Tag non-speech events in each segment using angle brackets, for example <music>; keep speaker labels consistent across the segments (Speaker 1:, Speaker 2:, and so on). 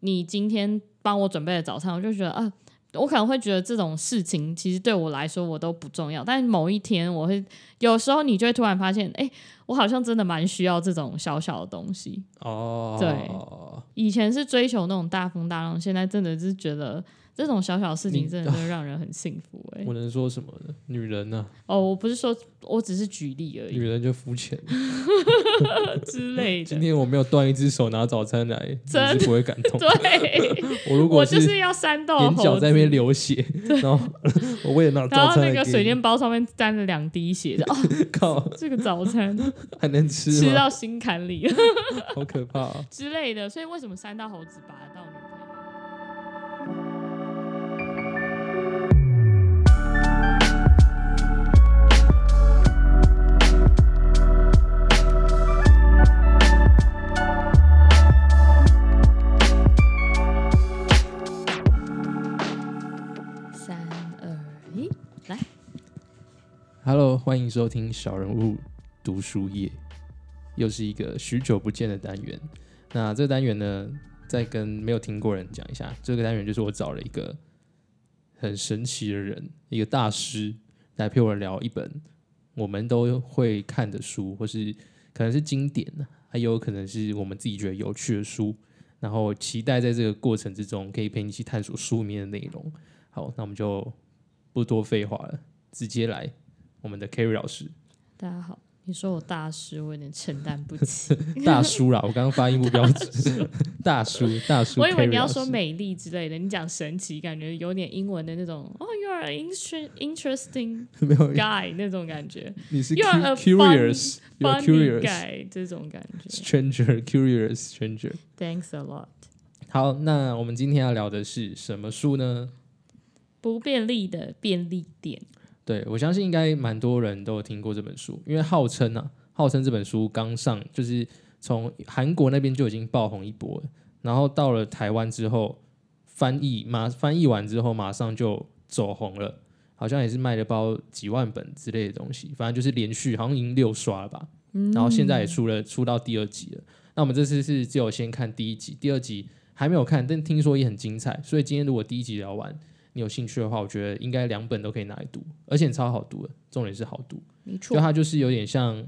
Speaker 1: 你今天帮我准备的早餐，我就觉得啊，我可能会觉得这种事情其实对我来说我都不重要，但某一天我会，有时候你就会突然发现，哎、我好像真的蛮需要这种小小的东西。
Speaker 2: 哦，对，
Speaker 1: 以前是追求那种大风大浪，现在真的是觉得这种小小事情
Speaker 2: 你
Speaker 1: 真的会让人很幸福、哎，
Speaker 2: 我能说什么呢？女人呢、
Speaker 1: 哦，我不是说，我只是举例而
Speaker 2: 女 <laughs>
Speaker 1: 已
Speaker 2: 人就肤浅。
Speaker 1: 之类
Speaker 2: <laughs> 今
Speaker 1: 的。
Speaker 2: 天我没有断一只手拿早餐来，你
Speaker 1: 真
Speaker 2: 是不会感动。
Speaker 1: 对，
Speaker 2: 我 <laughs> 如果
Speaker 1: 我就是要煽动
Speaker 2: 眼
Speaker 1: 猴
Speaker 2: 角
Speaker 1: 子
Speaker 2: 在那边流血，然后我为了拿
Speaker 1: 然
Speaker 2: 早
Speaker 1: 后
Speaker 2: 餐来
Speaker 1: 那个
Speaker 2: 给
Speaker 1: 水
Speaker 2: 你
Speaker 1: 煎包上面沾了两滴血，哦，
Speaker 2: 靠，
Speaker 1: 这个早
Speaker 2: <laughs>
Speaker 1: 餐
Speaker 2: 还能吃
Speaker 1: 吃
Speaker 2: 吗？
Speaker 1: 到心坎里
Speaker 2: 好可怕、啊！
Speaker 1: 之类的。所以为什么三道猴子拔到女朋友？三二一，来，
Speaker 2: Hello，欢迎收听小人物读书夜，又是一个许久不见的单元。那这个单元呢，再跟没有听过人讲一下，这个单元就是我找了一个很神奇的人，一个大师来陪我聊一本我们都会看的书，或是可能是经典，还有可能是我们自己觉得有趣的书。然后期待在这个过程之中，可以陪你一起探索书里面的内容。好，那我们就不多废话了，直接来。我们的 Kerry
Speaker 1: <laughs>
Speaker 2: 老师，
Speaker 1: 大家好。你说我大师，我有点承担不
Speaker 2: <laughs>
Speaker 1: 起。
Speaker 2: 大叔啦，我刚刚发音不标
Speaker 1: <laughs>
Speaker 2: 准，大叔，大叔，
Speaker 1: 我以为你
Speaker 2: Kerry
Speaker 1: 要
Speaker 2: 老师
Speaker 1: 说美丽之类的，你讲神奇，感觉有点英文的那种。哦、y o u are an inter- interesting
Speaker 2: <laughs> 没有，
Speaker 1: guy 那种感觉
Speaker 2: 你是
Speaker 1: You are a
Speaker 2: cu- curious，you are
Speaker 1: ，funny
Speaker 2: curious
Speaker 1: guy 这种感觉。
Speaker 2: stranger curious stranger。
Speaker 1: Thanks a lot。
Speaker 2: 好，那我们今天要聊的是什么书呢？
Speaker 1: 不便利的便利店，
Speaker 2: 对我相信应该蛮多人都有听过这本书，因为号称啊，号称这本书刚上，就是从韩国那边就已经爆红一波了，然后到了台湾之后，翻译马翻译完之后马上就走红了，好像也是卖了包几万本之类的东西，反正就是连续好像已经六刷了吧，然后现在也出了出到第二集了。那我们这次是只有先看第一集，第二集还没有看，但听说也很精彩，所以今天如果第一集聊完。你有兴趣的话，我觉得应该两本都可以拿来读，而且超好读的，重点是好读。
Speaker 1: 没
Speaker 2: 就
Speaker 1: 错，
Speaker 2: 它就是有点像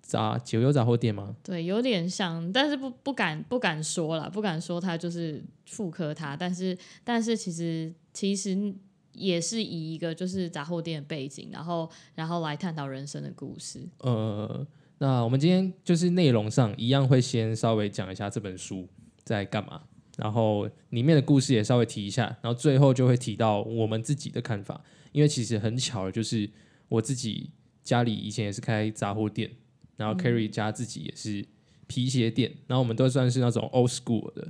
Speaker 2: 杂解忧杂货店吗？
Speaker 1: 对，有点像，但是不不敢不敢说了，不敢说他就是妇科他，但是但是其实其实也是以一个就是杂货店的背景，然后然后来探讨人生的故事。
Speaker 2: 呃，那我们今天就是内容上一样会先稍微讲一下这本书在干嘛，然后里面的故事也稍微提一下，然后最后就会提到我们自己的看法，因为其实很巧的就是我自己家里以前也是开杂货店，然后 Carry 家自己也是皮鞋店，然后我们都算是那种 old school 的，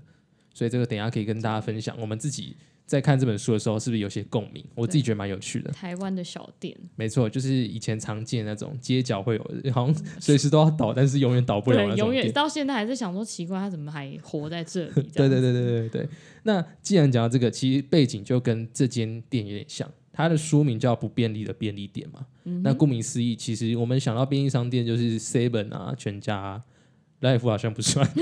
Speaker 2: 所以这个等一下可以跟大家分享，我们自己在看这本书的时候是不是有些共鸣？我自己觉得蛮有趣的。
Speaker 1: 台湾的小店，
Speaker 2: 没错，就是以前常见那种街角会有，好像 <laughs> 随时都要倒，但是永远倒不了
Speaker 1: 对，
Speaker 2: 那种
Speaker 1: 永远
Speaker 2: 店。
Speaker 1: 到现在还在想说奇怪，他怎么还活在这里？
Speaker 2: <laughs>
Speaker 1: 这
Speaker 2: 对对
Speaker 1: 样
Speaker 2: 对对对对。那既然讲到这个，其实背景就跟这间店有点像，它的书名叫《不便利的便利店》嘛。
Speaker 1: 嗯
Speaker 2: 那顾名思义，其实我们想到便利商店就是 Seven 啊、全家、啊、Life 好像不算。 <laughs>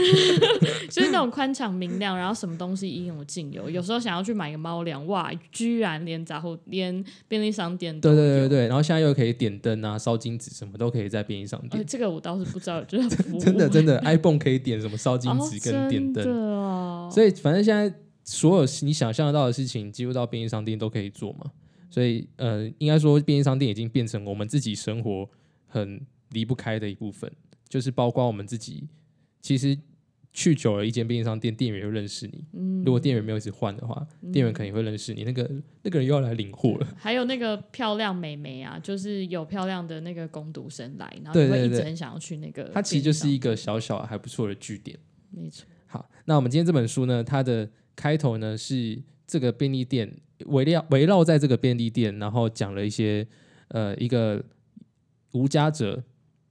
Speaker 1: 就是那种宽敞明亮，然后什么东西应有尽有。有时候想要去买个猫粮，哇，居然连杂货、连便利商店都
Speaker 2: 对
Speaker 1: 有。
Speaker 2: 对对对。然后现在又可以点灯啊、烧金纸什么都可以在便利商店。
Speaker 1: 呃，这个我倒是不知道，
Speaker 2: <laughs>
Speaker 1: 就是服务
Speaker 2: 真的真的，iPhone 可以点什么烧金纸跟点
Speaker 1: 哦
Speaker 2: 灯。
Speaker 1: 真的哦。
Speaker 2: 所以反正现在所有你想象得到的事情，几乎到便利商店都可以做嘛。所以呃，应该说便利商店已经变成我们自己生活很离不开的一部分，就是包括我们自己，其实去久了一间便利商店，店员又认识你。如果店员没有一直换的话，店员肯定会认识你。那个那个人又要来领货了。
Speaker 1: 还有那个漂亮美眉啊，就是有漂亮的那个工读生来，然后
Speaker 2: 对
Speaker 1: 你会
Speaker 2: 对
Speaker 1: 一直
Speaker 2: 对
Speaker 1: 很想要去那个便利商店。
Speaker 2: 它其实就是一个小小还不错的据点。
Speaker 1: 没错，
Speaker 2: 好，那我们今天这本书呢，它的开头呢是这个便利店围绕围绕在这个便利店，然后讲了一些呃一个无家者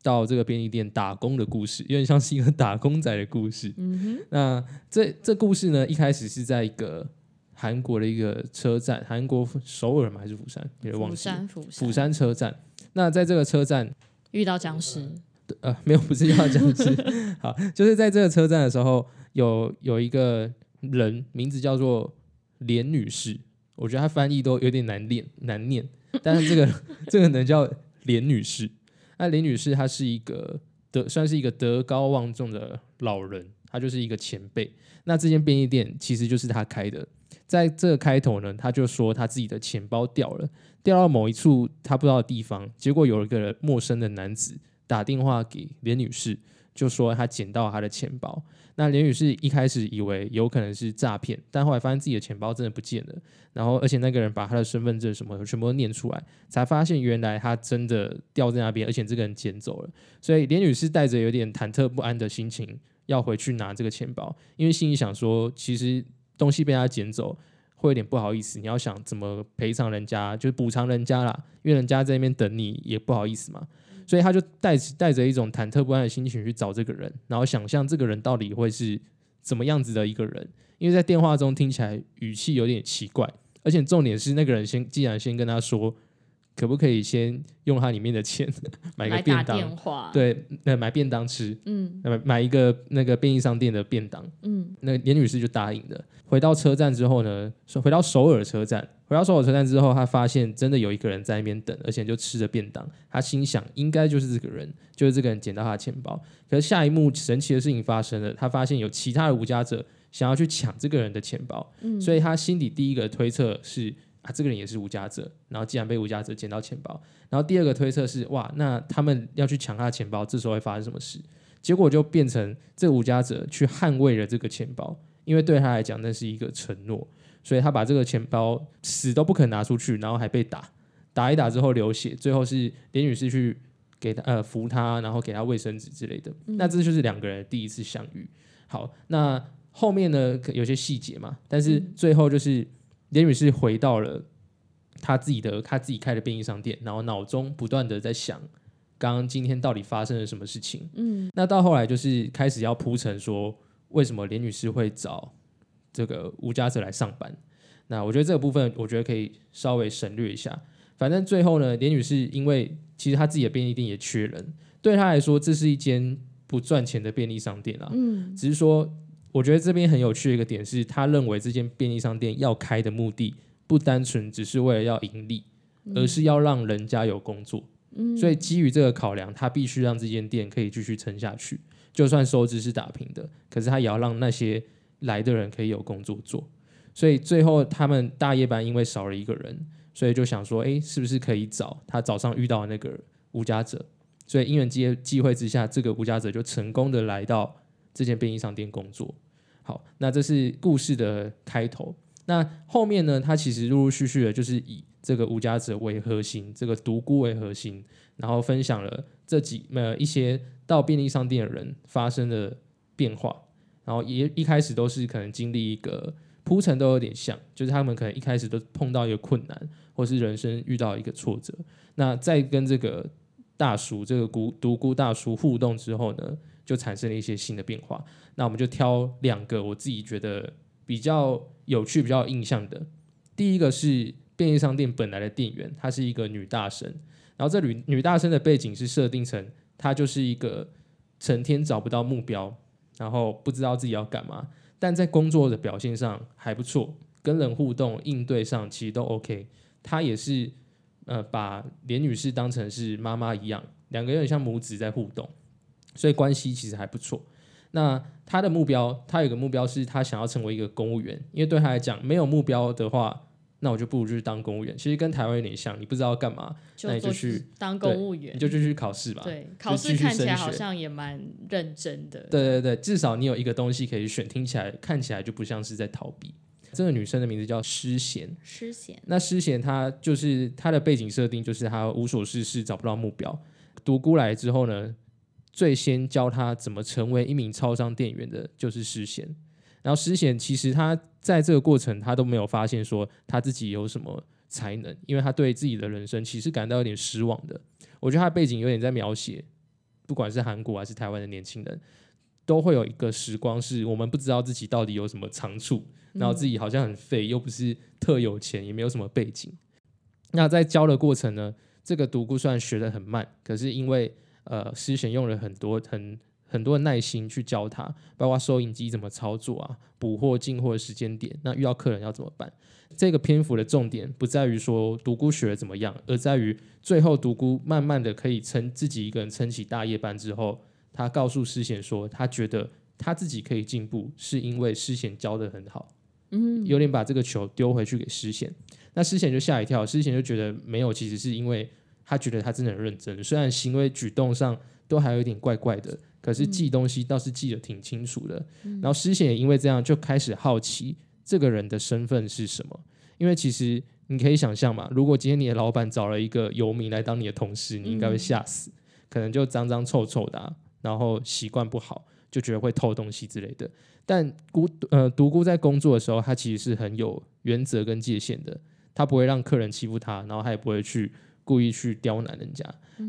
Speaker 2: 到这个便利店打工的故事，有点像是一个打工仔的故事。
Speaker 1: 嗯
Speaker 2: 那这这故事呢，一开始是在一个韩国的一个车站，韩国首尔吗？还是釜山？有点
Speaker 1: 哼，
Speaker 2: 忘
Speaker 1: 釜
Speaker 2: 记了。
Speaker 1: 山，釜
Speaker 2: 釜
Speaker 1: 山
Speaker 2: 山车站。那在这个车站
Speaker 1: 遇到僵尸，
Speaker 2: 嗯 <laughs> 呃，没有，不是要这样子。好，就是在这个车站的时候，有有一个人名字叫做连女士，我觉得她翻译都有点难念难念，但是这个 <laughs> 这个人叫连女士。那连女士她是一个德算是一个德高望重的老人，她就是一个前辈。那这间便利店其实就是她开的，在这个开头呢，她就说她自己的钱包掉了，掉到某一处她不知道的地方，结果有一个人陌生的男子打电话给连女士，就说他捡到她的钱包。那连女士一开始以为有可能是诈骗，但后来发现自己的钱包真的不见了，然后而且那个人把他的身份证什么的全部都念出来，才发现原来他真的掉在那边，而且这个人捡走了。所以连女士带着有点忐忑不安的心情要回去拿这个钱包，因为心里想说，其实东西被他捡走。会有点不好意思，你要想怎么赔偿人家，就是补偿人家啦，因为人家在那边等你也不好意思嘛。所以他就带带着一种忐忑不安的心情去找这个人，然后想象这个人到底会是怎么样子的一个人，因为在电话中听起来语气有点奇怪，而且重点是那个人先既然先跟他说，可不可以先用他里面的钱 <laughs> 买个
Speaker 1: 来
Speaker 2: 便
Speaker 1: 打
Speaker 2: 当，
Speaker 1: 电话，，
Speaker 2: 对，那买便当吃，
Speaker 1: 嗯
Speaker 2: 买买一个那个便利商店的便当，
Speaker 1: 嗯，
Speaker 2: 那连女士就答应了。回到车站之后呢，说回到首尔车站，回到首尔车站之后，她发现真的有一个人在那边等，而且就吃着便当。她心想，应该就是这个人，就是这个人捡到她的钱包。可是下一幕神奇的事情发生了，她发现有其他的无家者想要去抢这个人的钱包，
Speaker 1: 嗯
Speaker 2: 所以她心里第一个推测是。啊，这个人也是无家者，然后既然被无家者捡到钱包，然后第二个推测是，哇，那他们要去抢他的钱包，这时候会发生什么事？结果就变成这无家者去捍卫了这个钱包，因为对他来讲那是一个承诺，所以他把这个钱包死都不肯拿出去，然后还被打，打一打之后流血，最后是连女士去给他呃扶他，然后给他卫生纸之类的。那这就是两个人第一次相遇。好，那后面呢可有些细节嘛，但是最后就是连女士回到了她自己的她自己开的便利商店，然后脑中不断的在想。刚刚今天到底发生了什么事情？嗯，那到后来就是开始要铺陈说，为什么连女士会找这个无家者来上班？那我觉得这个部分，我觉得可以稍微省略一下。反正最后呢，连女士因为其实她自己的便利店也缺人，对她来说，这是一间不赚钱的便利商店啊。嗯，只是说，我觉得这边很有趣的一个点是，她认为这间便利商店要开的目的不单纯只是为了要盈利，而是要让人家有工作。所以基于这个考量，他必须让这间店可以继续撑下去。就算收支是打平的，可是他也要让那些来的人可以有工作做。所以最后他们大夜班因为少了一个人，所以就想说，诶，是不是可以找他早上遇到的那个无家者？所以因缘机机会之下，这个无家者就成功的来到这间便利商店工作。好，那这是故事的开头。那后面呢？他其实陆陆续续的，就是以这个无家者为核心，这个独孤为核心，然后分享了这几呃一些到便利商店的人发生的变化，然后也一开始都是可能经历一个铺陈都有点像，就是他们可能一开始都碰到一个呃困难，或是人生遇到一个挫折，那在跟这个呃大叔这个孤独孤大叔互动之后呢，就产生了一些新的变化。那我们就挑两个我自己觉得比较有趣、比较有印象的，第一个是便利商店本来的店员，她是一个女大生。然后这女女大生的背景是设定成她就是一个成天找不到目标，然后不知道自己要干嘛，但在工作的表现上还不错，跟人互动应对上其实都 OK。她也是呃把连女士当成是妈妈一样，两个有点像母子在互动，所以关系其实还不错。那她的目标，她有个目标是她想要成为一个公务员，因为对她来讲，没有目标的话，那我就不如去当公务员。其实跟台湾有点像，你不知道要干嘛，那
Speaker 1: 就
Speaker 2: 你就
Speaker 1: 做
Speaker 2: 去
Speaker 1: 当
Speaker 2: 对
Speaker 1: 公务
Speaker 2: 你
Speaker 1: 员，
Speaker 2: 就继续考试吧。
Speaker 1: 对，考
Speaker 2: 继
Speaker 1: 试
Speaker 2: 续
Speaker 1: 看起
Speaker 2: 升
Speaker 1: 来好
Speaker 2: 学
Speaker 1: 像也蛮认真的，
Speaker 2: 对对对，至少你有一个东西可以选，听起来看起来就不像是在逃避。这个女生的名字叫诗贤，
Speaker 1: 诗贤，
Speaker 2: 那诗贤她就是她的背景设定就是她无所事事，找不到目标。独孤来之后呢，最先教她怎么成为一名超商店员的就是诗贤。然后诗贤其实她在这个过程，她都没有发现说她自己有什么才能，因为她对自己的人生其实感到有点失望的。我觉得她的背景有点在描写，不管是韩国还是台湾的年轻人，都会有一个时光是我们不知道自己到底有什么长处，然后自己好像很废，又不是特有钱，也没有什么背景。那在教的过程呢，这个独孤虽然学得很慢，可是因为呃，诗贤用了很多很很多的耐心去教他，包括收银机怎么操作啊，补货进货的时间点，那遇到客人要怎么办。这个篇幅的重点不在于说独孤学得怎么样，而在于最后独孤慢慢的可以撑自己一个人撑起大夜班之后，他告诉师贤说，他觉得他自己可以进步，是因为师贤教的很好。嗯，有点把这个球丢回去给师贤，那师贤就吓一跳，师贤就觉得没有，其实是因为他觉得他真的很认真，虽然行为举动上都还有一点怪怪的，可是记东西倒是记得挺清楚的。然后师贤也因为这样就开始好奇这个人的身份是什么，因为其实你可以想象嘛，如果今天你的老板找了一个游民来当你的同事，你应该会吓死，可能就脏脏臭臭的啊、然后习惯不好，就觉得会偷东西之类的。但孤呃独孤在工作的时候，他其实是很有原则跟界限的，他不会让客人欺负他，然后他也不会去故意去刁难人家，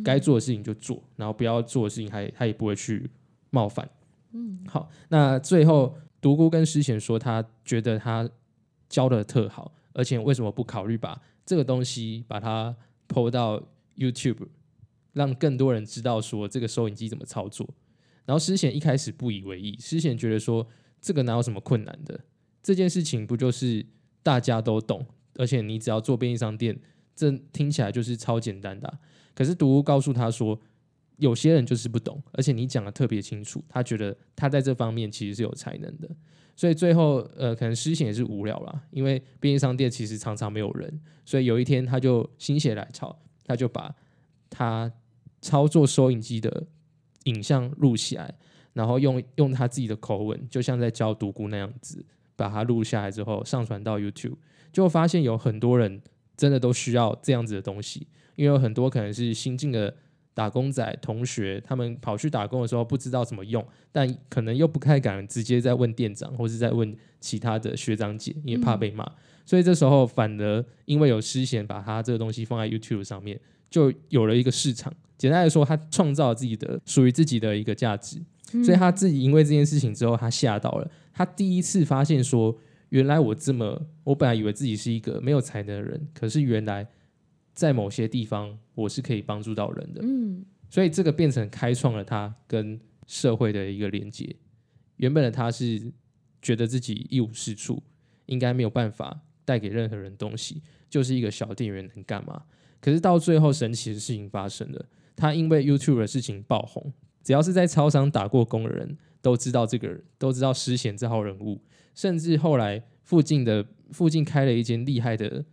Speaker 2: 该做的事情就做，然后不要做的事情还他也不会去冒犯。嗯，好，那最后独孤跟诗贤说，他觉得他教的特好，而且为什么不考虑把这个东西把它抛到 YouTube，让更多人知道说这个收银机怎么操作？然后诗贤一开始不以为意，诗贤觉得说这个哪有什么困难的？这件事情不就是大家都懂，而且你只要做便利商店，这听起来就是超简单的啊、可是读物告诉他说，有些人就是不懂，而且你讲的特别清楚，他觉得他在这方面其实是有才能的。所以最后，呃，可能诗贤也是无聊啦，因为便利商店其实常常没有人，所以有一天他就心血来潮，他就把他操作收银机的影像录起来，然后用用他自己的口吻，就像在教独孤那样子，把它录下来之后上传到 YouTube，就发现有很多人真的都需要这样子的东西，因为有很多可能是新进的打工仔同学，他们跑去打工的时候不知道怎么用，但可能又不太敢直接在问店长或是在问其他的学长姐，因为怕被骂，所以这时候反而因为有师贤把他这个东西放在 YouTube 上面，就有了一个市场。简单来说，他创造了自己的属于自己的一个价值。所以他自己因为这件事情之后，他吓到了。他第一次发现说，原来我这么，我本来以为自己是一个没有才能的人，可是原来在某些地方我是可以帮助到人的。嗯，所以这个变成开创了他跟社会的一个连接。原本的他是觉得自己一无是处，应该没有办法带给任何人东西，就是一个小店员能干嘛？可是到最后，神奇的事情发生了，他因为 YouTube 的事情爆红，只要是在超商打过工的人都知道这个人，都知道石贤这号人物，甚至后来附近的附近开了一间厉害的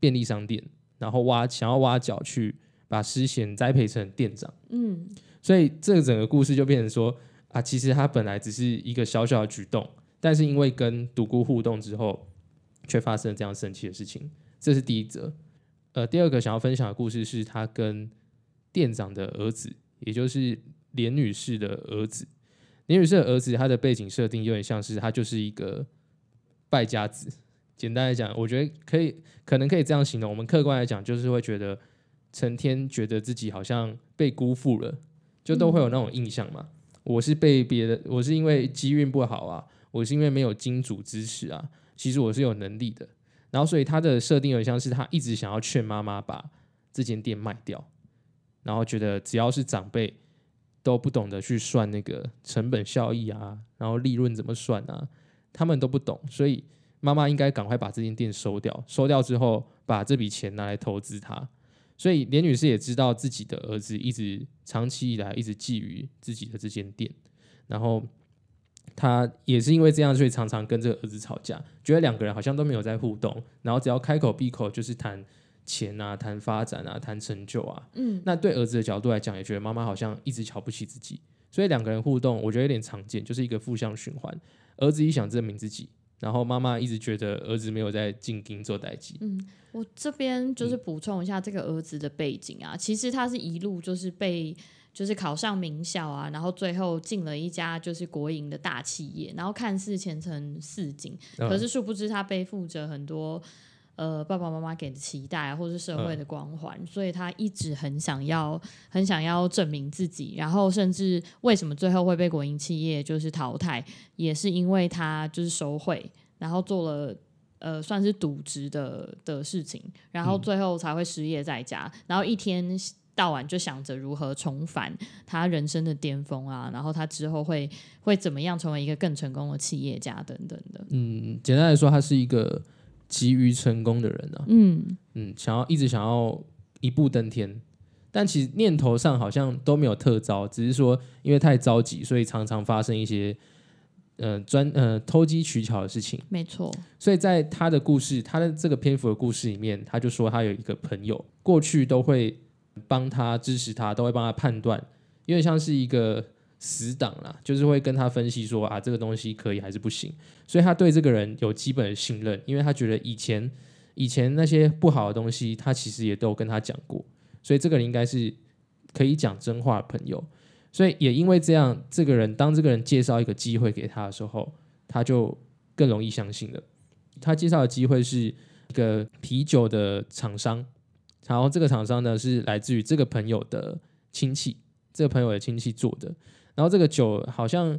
Speaker 2: 便利商店，然后挖想要挖角去把石贤栽培成店长，
Speaker 1: 嗯，
Speaker 2: 所以这整个故事就变成说啊，其实他本来只是一个小小的举动，但是因为跟独孤互动之后，却发生了这样神奇的事情，这是第一则。呃，第二个想要分享的故事是他跟店长的儿子，也就是连女士的儿子。连女士的儿子，他的背景设定有点像是他就是一个败家子。简单来讲，我觉得可以，可能可以这样形容。我们客观来讲，就是会觉得成天觉得自己好像被辜负了，就都会有那种印象嘛。我是被别的，我是因为机运不好啊，我是因为没有金主支持啊，其实我是有能力的。然后所以他的设定有点像是他一直想要劝妈妈把这间店卖掉，然后觉得只要是长辈都不懂得去算那个成本效益啊，然后利润怎么算啊，他们都不懂，所以妈妈应该赶快把这间店收掉，收掉之后把呃这笔钱拿来投资它。所以连女士也知道自己的儿子一直长期以来一直觊觎自己的这间店，然后她也是因为这样，所以常常跟这个儿子吵架，觉得两个人好像都没有在互动，然后只要开口闭口就是谈钱啊、谈发展啊、谈成就啊。嗯，那对儿子的角度来讲，也觉得妈妈好像一直瞧不起自己，所以两个人互动，我觉得有点常见，就是一个负向循环。儿子一想证明自己，然后妈妈一直觉得儿子没有在进京做代际。
Speaker 1: 我这边就是补充一下这个儿子的背景啊，其实他是一路就是被就是考上名校啊，然后最后进了一家就是国营的大企业，然后看似前程似锦，
Speaker 2: 嗯
Speaker 1: 可是殊不知他背负着很多呃爸爸妈妈给的期待啊，或是社会的光环，所以他一直很想要很想要证明自己，然后甚至为什么最后会被国营企业就是淘汰，也是因为他就是收贿，然后做了。呃，算是渎职的的事情，然后最后才会失业在家，然后一天到晚就想着如何重返他人生的巅峰啊，然后他之后会会怎么样成为一个更成功的企业家等等的。
Speaker 2: 嗯，简单来说，他是一个急于成功的人啊，
Speaker 1: 嗯，
Speaker 2: 嗯，想要一直想要一步登天，但其实念头上好像都没有特招，只是说因为太着急，所以常常发生一些呃专呃偷机取巧的事情。
Speaker 1: 没错，
Speaker 2: 所以在他的故事，他的这个篇幅的故事里面，他就说他有一个朋友，过去都会帮他支持他，都会帮他判断，有点像是一个死党啦，就是会跟他分析说啊，这个东西可以还是不行。所以他对这个人有基本的信任，因为他觉得以前以前那些不好的东西，他其实也都有跟他讲过，所以这个人应该是可以讲真话的朋友。所以也因为这样，这个人当这个人介绍一个机会给他的时候，他就更容易相信了。他介绍的机会是一个啤酒的厂商，然后这个厂商呢是来自于这个朋友的亲戚，这个朋友的亲戚做的。然后这个酒好像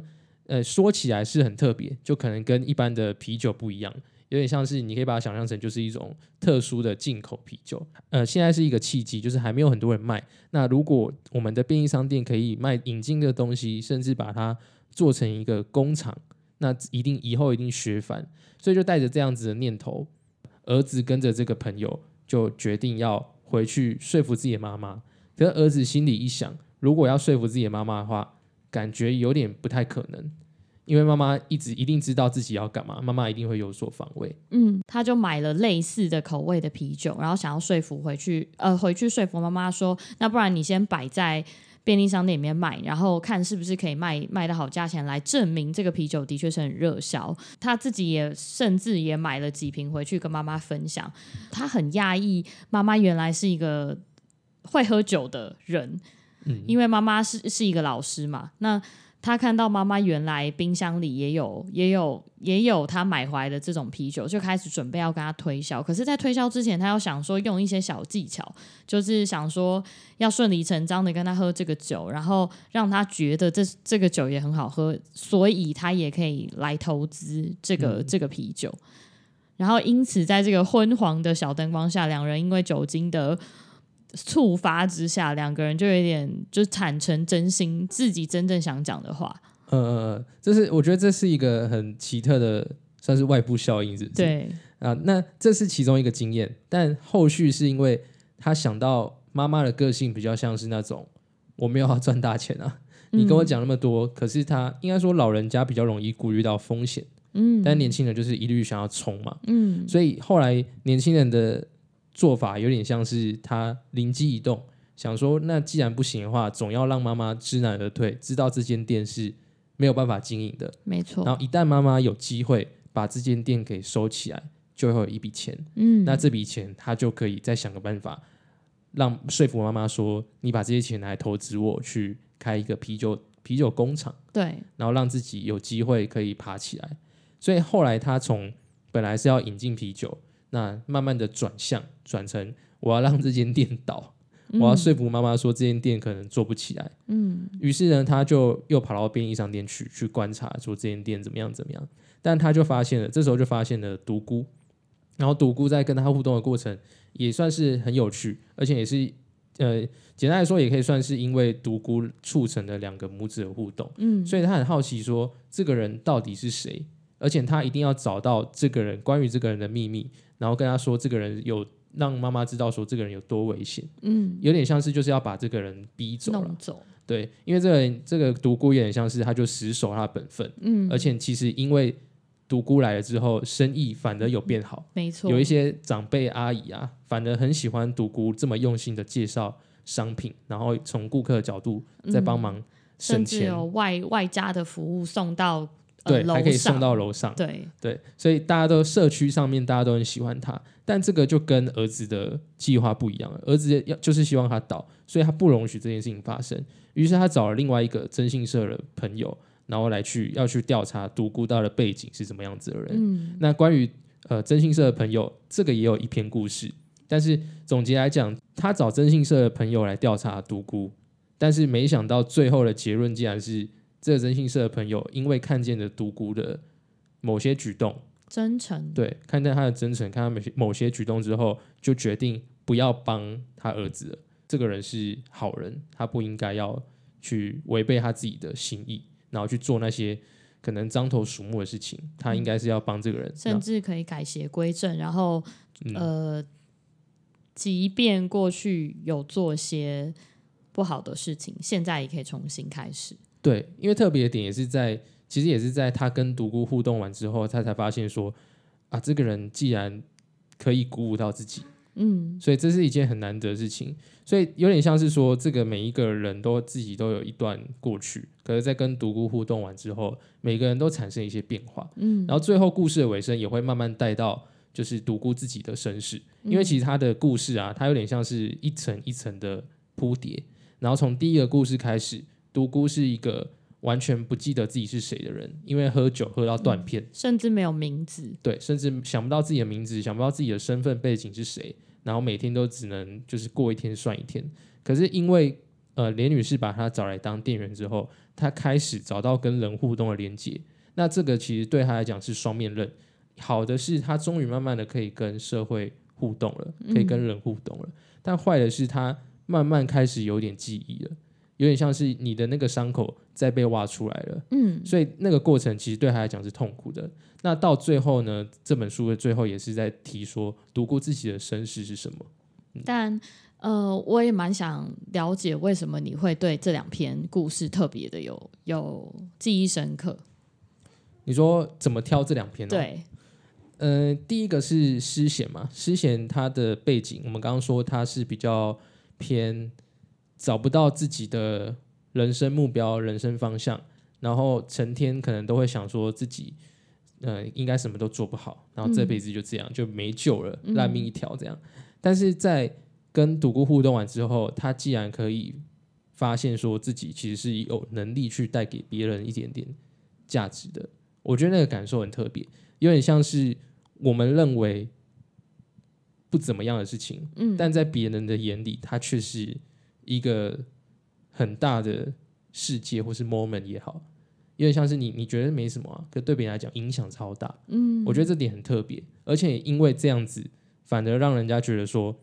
Speaker 2: 呃说起来是很特别，就可能跟一般的啤酒不一样，有点像是你可以把它想象成就是一种特殊的进口啤酒。呃，现在是一个契机，就是还没有很多人卖。那如果我们的便利商店可以卖引进的东西，甚至把它做成一个工厂，那一定以后一定削翻。所以就带着这样子的念头，儿子跟着这个朋友就决定要回去说服自己的妈妈。可是儿子心里一想，如果要说服自己的妈妈的话，感觉有点不太可能，因为妈妈一直一定知道自己要干嘛，妈妈一定会有所防卫。
Speaker 1: 嗯，他就买了类似的口味的啤酒，然后想要说服回去，呃，回去说服妈妈说，那不然你先摆在便利商店里面卖，然后看是不是可以卖卖到好价钱，来证明这个啤酒的确是很热销。他自己也甚至也买了几瓶回去跟妈妈分享，他很讶异，妈妈原来是一个会喝酒的人，
Speaker 2: 嗯，
Speaker 1: 因为妈妈是是一个老师嘛，那他看到妈妈原来冰箱里也有也有也有他买回来的这种啤酒，就开始准备要跟他推销。可是，在推销之前，他要想说用一些小技巧，就是想说要顺理成章的跟他喝这个酒，然后让他觉得这这个酒也很好喝，所以他也可以来投资这个、这个啤酒。然后，因此在这个昏黄的小灯光下，两人因为酒精的触发之下，两个人就有点就坦诚真心自己真正想讲的话。
Speaker 2: 呃，这是我觉得这是一个很奇特的，算是外部效应，是不是？
Speaker 1: 对，
Speaker 2: 啊，那这是其中一个经验，但后续是因为他想到妈妈的个性比较像是那种我没有要赚大钱啊，
Speaker 1: 嗯
Speaker 2: 你跟我讲那么多，可是他应该说老人家比较容易顾虑到风险，
Speaker 1: 嗯
Speaker 2: 但年轻人就是一律想要冲嘛，
Speaker 1: 嗯，
Speaker 2: 所以后来年轻人的做法有点像是他灵机一动，想说那既然不行的话，总要让妈妈知难而退，知道这间店是没有办法经营的，
Speaker 1: 没错，
Speaker 2: 然后一旦妈妈有机会把这间店给收起来，就会有一笔钱。
Speaker 1: 嗯，
Speaker 2: 那这笔钱他就可以再想个办法，让说服妈妈说，你把这些钱拿来投资我，去开一个啤酒啤酒工厂，
Speaker 1: 对，
Speaker 2: 然后让自己有机会可以爬起来。所以后来他从本来是要引进啤酒，那慢慢的转向转成我要让这间店倒，我要说服妈妈说这间店可能做不起来。
Speaker 1: 嗯
Speaker 2: 于是呢，他就又跑到便利商店去去观察，说这间店怎么样怎么样。但他就发现了，这时候就发现了独孤，然后独孤在跟他互动的过程也算是很有趣，而且也是呃，简单来说也可以算是因为独孤促成了两个母子的互动，
Speaker 1: 嗯，
Speaker 2: 所以他很好奇说这个人到底是谁，而且他一定要找到这个人关于这个人的秘密，然后跟他说这个人有让妈妈知道说这个人有多危险，
Speaker 1: 嗯，
Speaker 2: 有点像是就是要把这个人逼走了
Speaker 1: 弄。走，
Speaker 2: 对，因为这个这个独孤有点像是他就死守他的本分，
Speaker 1: 嗯，
Speaker 2: 而且其实因为独孤来了之后，生意反而有变好，
Speaker 1: 没嗯错，
Speaker 2: 有一些长辈阿姨啊，反而很喜欢独孤这么用心的介绍商品，然后从顾客的角度再帮忙省
Speaker 1: 嗯甚至
Speaker 2: 钱，
Speaker 1: 有外外加的服务送到呃
Speaker 2: 对，
Speaker 1: 楼
Speaker 2: 还可以
Speaker 1: 上
Speaker 2: 送，到楼上，
Speaker 1: 对，
Speaker 2: 对，所以大家都社区上面大家都很喜欢他，但这个就跟儿子的计划不一样了。儿子要就是希望他倒，所以他不容许这件事情发生。于是他找了另外一个征信社的朋友，然后来去要去调查独孤道的背景是怎么样子的人。
Speaker 1: 嗯
Speaker 2: 那关于呃征信社的朋友，这个也有一篇故事。但是总结来讲，他找征信社的朋友来调查独孤，但是没想到最后的结论竟然是这个征信社的朋友因为看见了独孤的某些举动，
Speaker 1: 真诚，
Speaker 2: 对，看待他的真诚，看他某些某些举动之后，就决定不要帮他儿子了，这个人是好人，他不应该要去违背他自己的心意，然后去做那些可能獐头鼠目的事情。他应该是要帮这个人，
Speaker 1: 甚至可以改邪归正，然后
Speaker 2: 嗯
Speaker 1: 呃，即便过去有做些不好的事情，现在也可以重新开始。
Speaker 2: 对，因为特别的点也是在，其实也是在他跟独孤互动完之后，他才发现说，啊，这个人既然可以鼓舞到自己，
Speaker 1: 嗯，
Speaker 2: 所以这是一件很难得的事情。所以有点像是说，这个每一个人都自己都有一段过去，可是，在跟独孤互动完之后，每个人都产生一些变化。嗯，然后最后故事的尾声也会慢慢带到。就是独孤自己的身世，因
Speaker 1: 嗯
Speaker 2: 为其实他的故事啊，它有点像是一层一层的铺叠，然后从第一个故事开始，独孤是一个完全不记得自己是谁的人，因为喝酒喝到断片，
Speaker 1: 甚至没有名字，
Speaker 2: 对，甚至想不到自己的名字，想不到自己的身份背景是谁，然后每天都只能就是过一天算一天。可是因为呃，连女士把她找来当店员之后，她开始找到跟人互动的连接。那这个其实对她来讲是双面刃，好的是她终于慢慢的可以跟社会互动了，可以跟人互动了。但坏的是她慢慢开始有点记忆了，有点像是你的那个伤口再被挖出来了。
Speaker 1: 嗯，
Speaker 2: 所以那个过程其实对他来讲是痛苦的。那到最后呢，这本书的最后也是在提说，独孤自己的身世是什么？
Speaker 1: 但呃，我也蛮想了解为什么你会对这两篇故事特别的有有记忆深刻。
Speaker 2: 你说怎么挑这两篇呢、，
Speaker 1: 对，
Speaker 2: 呃，第一个是诗贤嘛，诗贤他的背景，我们刚刚说他是比较偏找不到自己的人生目标、人生方向，然后成天可能都会想说自己，呃，应该什么都做不好，然后这辈子就这样、就没救了，
Speaker 1: 嗯
Speaker 2: 烂命一条这样。但是在跟独孤互动完之后，他既然可以发现说自己其实是有能力去带给别人一点点价值的，我觉得那个感受很特别，有点像是我们认为不怎么样的事情，
Speaker 1: 嗯，
Speaker 2: 但在别人的眼里，它却是一个很大的世界或是 moment 也好，有点像是你你觉得没什么、啊，可对别人来讲影响超大。嗯，我觉得这点很特别，而且也因为这样子，反而让人家觉得说，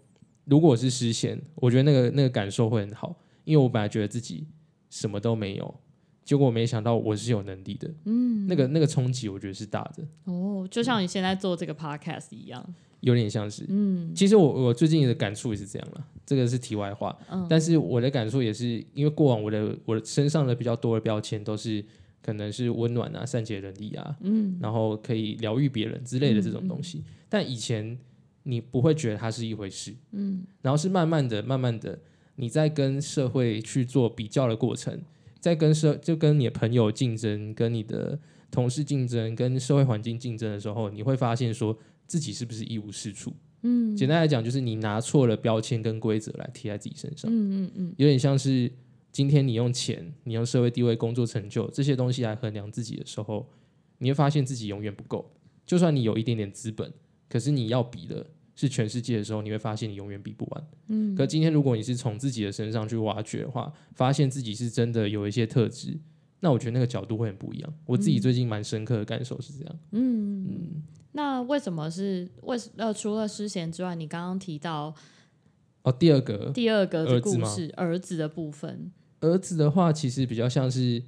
Speaker 2: 如果是失贤，我觉得那个那个感受会很好，因为我本来觉得自己什么都没有。结果没想到我是有能力的，嗯，那个那个冲击我觉得是大的，
Speaker 1: 哦，就像你现在做这个 podcast 一样，
Speaker 2: 有点像是，
Speaker 1: 嗯
Speaker 2: 其实我我最近的感触也是这样了，这个是题外话。
Speaker 1: 嗯
Speaker 2: 但是我的感触也是，因为过往我的我身上的比较多的标签都是可能是温暖啊、善解人意啊，
Speaker 1: 嗯，
Speaker 2: 然后可以疗愈别人之类的这种东西。但以前你不会觉得它是一回事，嗯，然后是慢慢的、慢慢的，你在跟社会去做比较的过程，在跟社就跟你的朋友竞争、跟你的同事竞争、跟社会环境竞争的时候，你会发现说自己是不是一无是处。嗯，简单来讲，就是你拿错了标签跟规则来贴在自己身上。嗯嗯嗯，有点像是今天你用钱、你用社会地位、工作成就这些东西来衡量自己的时候，你会发现自己永远不够。就算你有一点点资本，可是你要比的是全世界的时候，你会发现你永远比不完。嗯，可今天如果你是从自己的身上去挖掘的话，发现自己是真的有一些特质，那我觉得那个角度会很不一样。我自己最近蛮深刻的感受是这样。
Speaker 1: 那为什么是为什呃除了诗贤之外，你刚刚提到
Speaker 2: 哦，第二个
Speaker 1: 第二个的
Speaker 2: 儿
Speaker 1: 故
Speaker 2: 子吗
Speaker 1: 事儿子的部分，
Speaker 2: 儿子的话，其实比较像是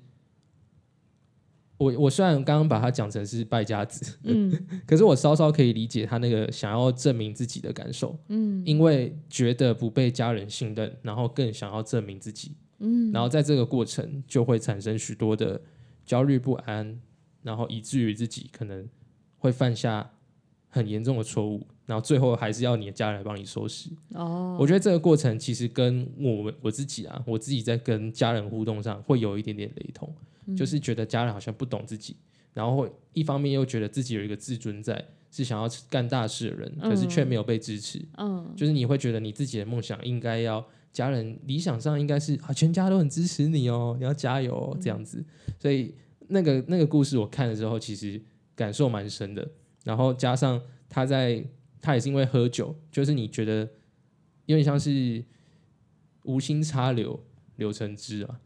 Speaker 2: 我，我虽然刚刚把他讲成是败家子，
Speaker 1: 嗯
Speaker 2: <laughs> 可是我稍稍可以理解他那个想要证明自己的感受，嗯，因为觉得不被家人信任，然后更想要证明自己，嗯，然后在这个过程就会产生许多的焦虑不安，然后以至于自己可能会犯下很严重的错误，然后最后还是要你的家人来帮你收拾。
Speaker 1: 哦，
Speaker 2: 我觉得这个过程其实跟我我自己啊，我自己在跟家人互动上会有一点点雷同，就是觉得家人好像不懂自己，然后会一方面又觉得自己有一个自尊在，是想要干大事的人，可是却没有被支持。
Speaker 1: 嗯
Speaker 2: 就是你会觉得你自己的梦想应该要家人理想上应该是啊，全家都很支持你哦，你要加油、哦、这样子。所以那个那个故事我看的时候，其实感受蛮深的。然后加上他在他也是因为喝酒，就是你觉得有点像是无心插柳柳橙汁啊，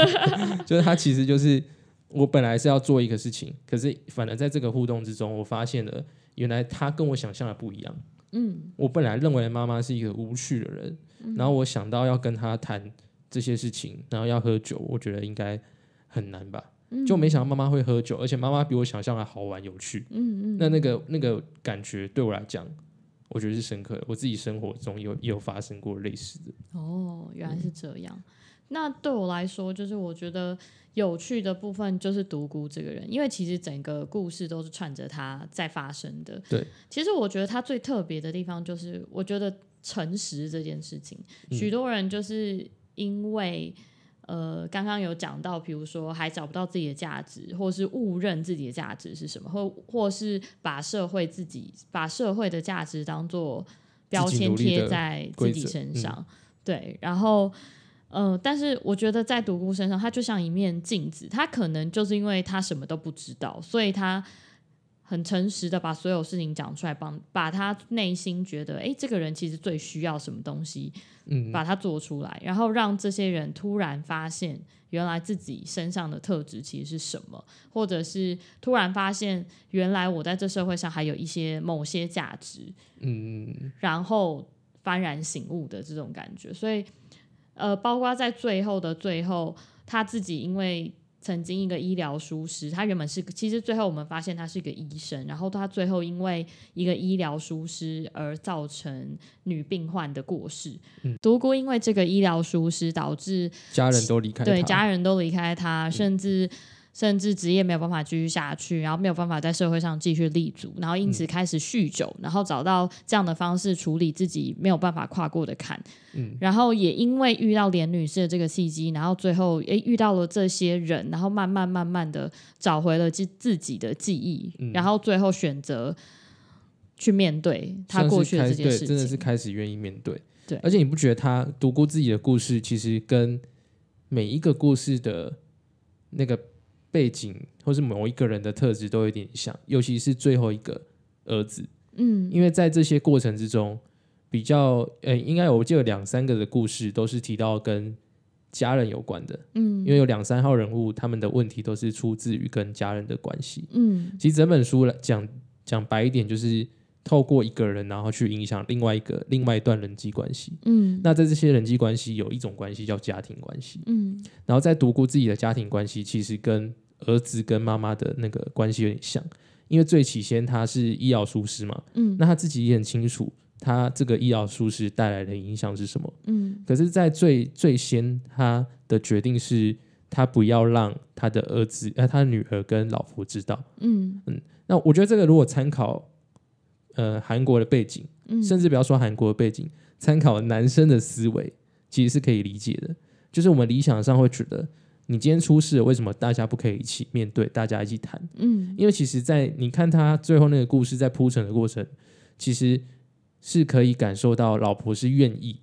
Speaker 2: <laughs> 就是他其实就是我本来是要做一个事情，可是反而在这个互动之中，我发现了原来他跟我想象的不一样。
Speaker 1: 嗯
Speaker 2: 我本来认为妈妈是一个无趣的人，然后我想到要跟她谈这些事情，然后要喝酒，我觉得应该很难吧。
Speaker 1: 嗯
Speaker 2: 就没想到妈妈会喝酒，而且妈妈比我想象的好玩有趣。
Speaker 1: 嗯嗯，
Speaker 2: 那那个那个感觉对我来讲，我觉得是深刻的。我自己生活中有也有发生过类似的。
Speaker 1: 哦，原来是这样。那对我来说，就是我觉得有趣的部分就是独孤这个人，因为其实整个故事都是串着他在发生的。
Speaker 2: 对，
Speaker 1: 其实我觉得他最特别的地方就是，我觉得诚实这件事情，许多人就是因为。呃，刚刚有讲到，比如说还找不到自己的价值，或是误认自己的价值是什么，或或是把社会自己把社会的价值当做标签贴在自己身上，对，然后。呃，但是我觉得在独孤身上，他就像一面镜子，他可能就是因为他什么都不知道，所以他很诚实的把所有事情讲出来，帮把他内心觉得，诶，这个人其实最需要什么东西，
Speaker 2: 嗯，
Speaker 1: 把它做出来，然后让这些人突然发现，原来自己身上的特质其实是什么，或者是突然发现，原来我在这社会上还有一些某些价值，嗯，然后幡然醒悟的这种感觉。所以，呃，包括在最后的最后，他自己因为。曾经一个医疗疏失，他原本是其实最后我们发现他是一个医生，然后他最后因为一个医疗疏失而造成女病患的过世，独孤因为这个医疗疏失导致
Speaker 2: 家人都离开
Speaker 1: 对
Speaker 2: 他
Speaker 1: 家人都离开
Speaker 2: 嗯
Speaker 1: 他，甚至甚至职业没有办法继续下去，然后没有办法在社会上继续立足，然后因此
Speaker 2: 嗯
Speaker 1: 开始酗酒，然后找到这样的方式处理自己没有办法跨过的坎。嗯，然后也因为遇到连女士的这个契机，然后最后诶遇到了这些人，然后慢慢慢慢的找回了自自己的记忆，
Speaker 2: 嗯
Speaker 1: 然后最后选择。去面对他
Speaker 2: 算
Speaker 1: 过
Speaker 2: 是
Speaker 1: 去的
Speaker 2: 开
Speaker 1: 这件
Speaker 2: 对
Speaker 1: 事情，
Speaker 2: 真的是开始愿意面对。
Speaker 1: 对
Speaker 2: 而且你不觉得他独孤自己的故事，其实跟每一个故事的那个背景，或是某一个人的特质都有点像，尤其是最后一个儿子，
Speaker 1: 嗯
Speaker 2: 因为在这些过程之中，比较呃，应该我记得两三个的故事都是提到跟家人有关的，
Speaker 1: 嗯
Speaker 2: 因为有两三号人物，他们的问题都是出自于跟家人的关系。
Speaker 1: 嗯
Speaker 2: 其实整本书来讲讲白一点，就是透过一个人，然后去影响另外一个另外一段人际关系。
Speaker 1: 嗯
Speaker 2: 那在这些人际关系，有一种关系叫家庭关系，
Speaker 1: 嗯
Speaker 2: 然后在独孤自己的家庭关系，其实跟儿子跟妈妈的那个关系有点像，因为最起先他是医疗疏失嘛，
Speaker 1: 嗯
Speaker 2: 那他自己也很清楚他这个医疗疏失带来的影响是什么，
Speaker 1: 嗯
Speaker 2: 可是，在最最先他的决定是。他不要让他的儿子、呃，他的女儿跟老婆知道，
Speaker 1: 嗯
Speaker 2: 那我觉得这个如果参考呃韩国的背景，
Speaker 1: 嗯，
Speaker 2: 甚至不要说韩国的背景，参考男生的思维，其实是可以理解的。就是我们理想上会觉得，你今天出事了，为什么大家不可以一起面对，大家一起谈？
Speaker 1: 嗯
Speaker 2: 因为其实在，你看他最后那个故事在铺陈的过程，其实是可以感受到老婆是愿意，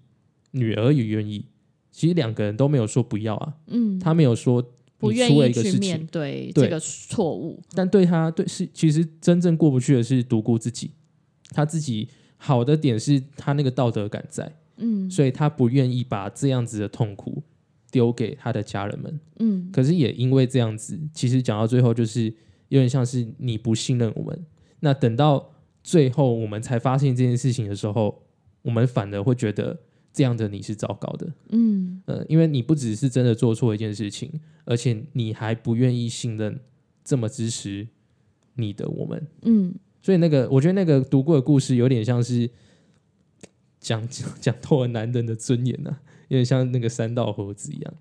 Speaker 2: 女儿也愿意。其实两个人都没有说不要啊，
Speaker 1: 嗯，
Speaker 2: 他没有说
Speaker 1: 不
Speaker 2: 你
Speaker 1: 愿
Speaker 2: 出了
Speaker 1: 意
Speaker 2: 一个
Speaker 1: 去
Speaker 2: 事情
Speaker 1: 面，对
Speaker 2: 对
Speaker 1: 这个错误，
Speaker 2: 但对他对是其实真正过不去的是独孤自己，他自己好的点是他那个道德感在，
Speaker 1: 嗯
Speaker 2: 所以他不愿意把这样子的痛苦丢给他的家人们。
Speaker 1: 嗯
Speaker 2: 可是也因为这样子，其实讲到最后就是有点像是你不信任我们。那等到最后我们才发现这件事情的时候，我们反而会觉得这样的你是糟糕的。
Speaker 1: 嗯
Speaker 2: 呃，因为你不只是真的做错一件事情，而且你还不愿意信任这么支持你的我们，
Speaker 1: 嗯
Speaker 2: 所以那个我觉得那个读过的故事有点像是讲 <laughs> 讲讲透了男人的尊严啊，有点像那个三道猴子一
Speaker 1: <laughs>
Speaker 2: 样，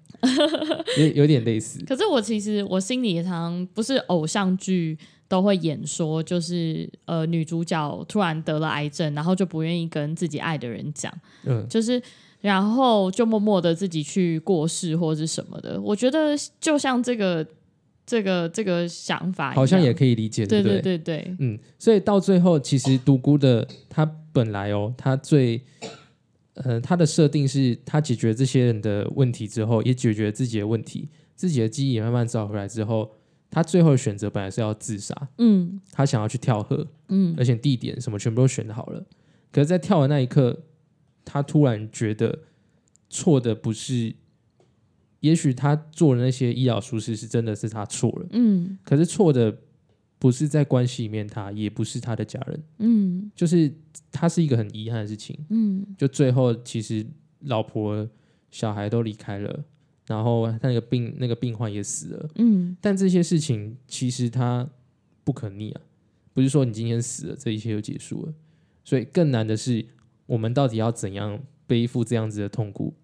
Speaker 2: 有有点类似。
Speaker 1: 可是我其实我心里也常不是偶像剧都会演说，就是呃女主角突然得了癌症，然后就不愿意跟自己爱的人讲， <laughs>
Speaker 2: 嗯，
Speaker 1: 就是然后就默默的自己去过世或者是什么的。我觉得就像这个这个这个想法一样，
Speaker 2: 好像也可以理解，
Speaker 1: 对
Speaker 2: 不
Speaker 1: 对对对，
Speaker 2: 嗯，所以到最后，其实独孤的他本来哦，他最呃，他的设定是他解决这些人的问题之后，也解决自己的问题，自己的记忆也慢慢找回来之后，他最后的选择本来是要自杀，
Speaker 1: 嗯
Speaker 2: 他想要去跳河，
Speaker 1: 嗯
Speaker 2: 而且地点什么全部都选好了。可是，在跳的那一刻，他突然觉得错的不是，也许他做的那些医疗疏失是真的是他错了，
Speaker 1: 嗯
Speaker 2: 可是错的不是在关系里面他，也不是他的家人，
Speaker 1: 嗯
Speaker 2: 就是他是一个很遗憾的事情。
Speaker 1: 嗯
Speaker 2: 就最后其实老婆、小孩都离开了，然后他那个病那个病患也死了，
Speaker 1: 嗯
Speaker 2: 但这些事情其实他不可逆啊，不是说你今天死了，这一切就结束了。所以更难的是，我们到底要怎样背负这样子的痛苦，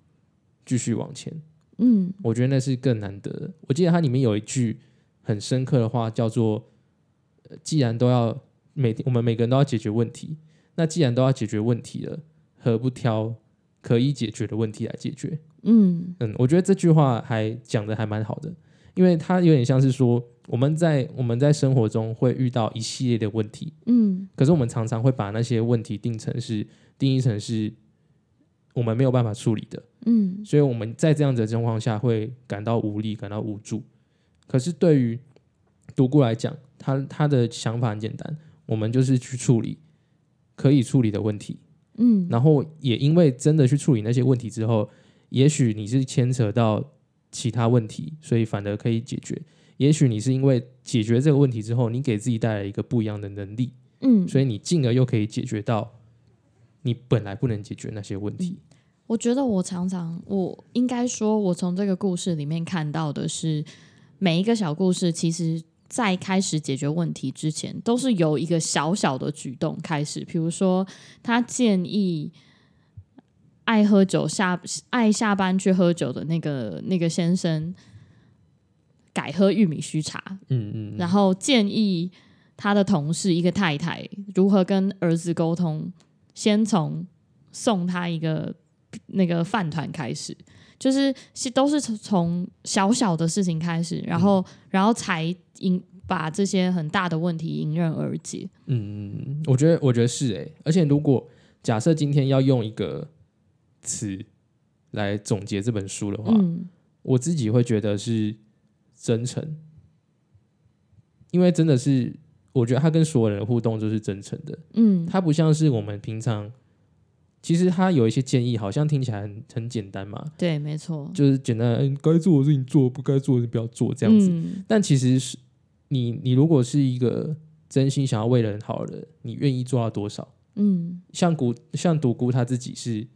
Speaker 2: 继续往前？
Speaker 1: 嗯
Speaker 2: 我觉得那是更难得的。我记得它里面有一句很深刻的话，叫做呃“既然都要每天我们每个人都要解决问题，那既然都要解决问题了，何不挑可以解决的问题来解决
Speaker 1: 嗯？”
Speaker 2: 嗯，我觉得这句话还讲的还蛮好的，因为它有点像是说我们在我们在生活中会遇到一系列的问题，
Speaker 1: 嗯
Speaker 2: 可是我们常常会把那些问题定成是定义成是我们没有办法处理的。
Speaker 1: 嗯
Speaker 2: 所以我们在这样子的状况下会感到无力，感到无助。可是对于独孤来讲，他他的想法很简单，我们就是去处理可以处理的问题，
Speaker 1: 嗯
Speaker 2: 然后也因为真的去处理那些问题之后，也许你是牵扯到其他问题，所以反而可以解决。也许你是因为解决这个问题之后，你给自己带来一个不一样的能力，
Speaker 1: 嗯，
Speaker 2: 所以你进而又可以解决到你本来不能解决那些问题。
Speaker 1: 我觉得我常常，我应该说，我从这个故事里面看到的是，每一个小故事其实。在开始解决问题之前，都是由一个小小的举动开始。比如说，他建议爱喝酒下爱下班去喝酒的那个那个先生改喝玉米须茶，
Speaker 2: 嗯嗯，
Speaker 1: 然后建议他的同事一个太太如何跟儿子沟通，先从送他一个那个饭团开始，就是是都是从从小小的事情开始，然
Speaker 2: 嗯
Speaker 1: 后、然后才迎把这些很大的问题迎刃而解。
Speaker 2: 嗯，我觉得，我觉得是诶、而且如果假设今天要用一个词来总结这本书的话，
Speaker 1: 嗯
Speaker 2: 我自己会觉得是真诚，因为真的是，我觉得他跟所有人的互动就是真诚的，
Speaker 1: 嗯
Speaker 2: 他不像是我们平常，其实他有一些建议，好像听起来很很简单嘛，
Speaker 1: 对，没错，
Speaker 2: 就是简单，嗯该做的事情做，不该做的就不要做这样子。
Speaker 1: 嗯
Speaker 2: 但其实是你，你如果是一个真心想要为人好的人，你愿意做到多少？
Speaker 1: 嗯
Speaker 2: 像古像独孤他自己是，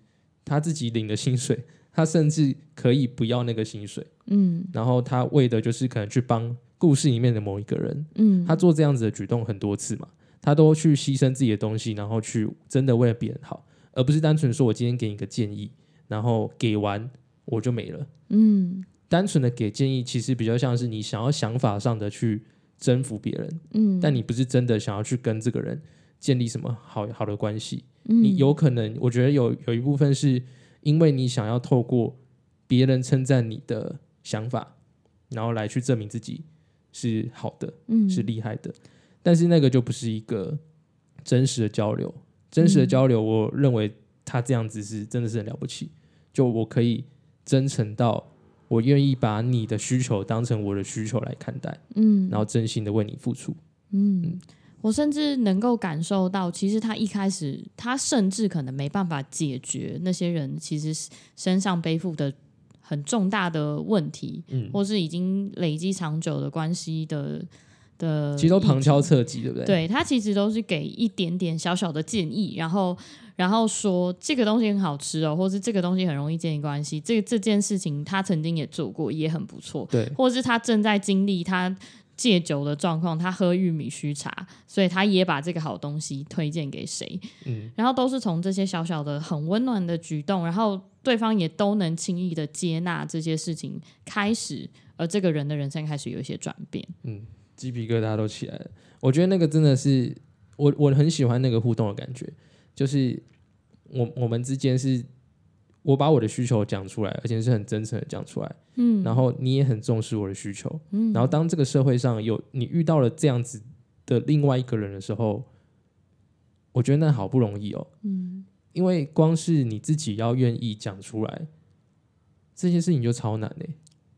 Speaker 2: 他自己领的薪水，他甚至可以不要那个薪水，
Speaker 1: 嗯
Speaker 2: 然后他为的就是可能去帮故事里面的某一个人，
Speaker 1: 嗯，
Speaker 2: 他做这样子的举动很多次嘛，他都去牺牲自己的东西，然后去真的为了别人好，而不是单纯说我今天给你个建议，然后给完我就没了。
Speaker 1: 嗯
Speaker 2: 单纯的给建议，其实比较像是你想要想法上的去征服别人，
Speaker 1: 嗯，
Speaker 2: 但你不是真的想要去跟这个人建立什么好好的关系。你
Speaker 1: 你
Speaker 2: 有可能，我觉得有有一部分是因为你想要透过别人称赞你的想法，然后来去证明自己是好的，
Speaker 1: 嗯
Speaker 2: 是厉害的。但是那个就不是一个真实的交流，真实的交流，我认为他这样子是真的是很了不起。就我可以真诚到我愿意把你的需求当成我的需求来看待，
Speaker 1: 嗯，
Speaker 2: 然后真心的为你付出。
Speaker 1: 嗯，我甚至能够感受到，其实他一开始，他甚至可能没办法解决那些人其实是身上背负的很重大的问题，
Speaker 2: 嗯，
Speaker 1: 或是已经累积长久的关系的的，
Speaker 2: 其实都旁敲侧击，对不对？，
Speaker 1: 呃对他其实都是给一点点小小的建议，然后然后说这个东西很好吃哦，或是这个东西很容易建立关系，这这件事情他曾经也做过，也很不错，
Speaker 2: 对，
Speaker 1: 或是他正在经历他戒酒的状况，他喝玉米须茶，所以他也把这个好东西推荐给谁，
Speaker 2: 嗯，
Speaker 1: 然后都是从这些小小的很温暖的举动，然后对方也都能轻易的接纳这些事情，开始，而这个人的人生开始有一些转变，
Speaker 2: 鸡皮疙瘩都起来了。我觉得那个真的是我我很喜欢那个互动的感觉，就是我我们之间是我把我的需求讲出来，而且是很真诚的讲出来，
Speaker 1: 嗯，
Speaker 2: 然后你也很重视我的需求，
Speaker 1: 嗯
Speaker 2: 然后当这个社会上有你遇到了这样子的另外一个人的时候，我觉得那好不容易哦，
Speaker 1: 嗯
Speaker 2: 因为光是你自己要愿意讲出来，这些事情就超难欸嘞、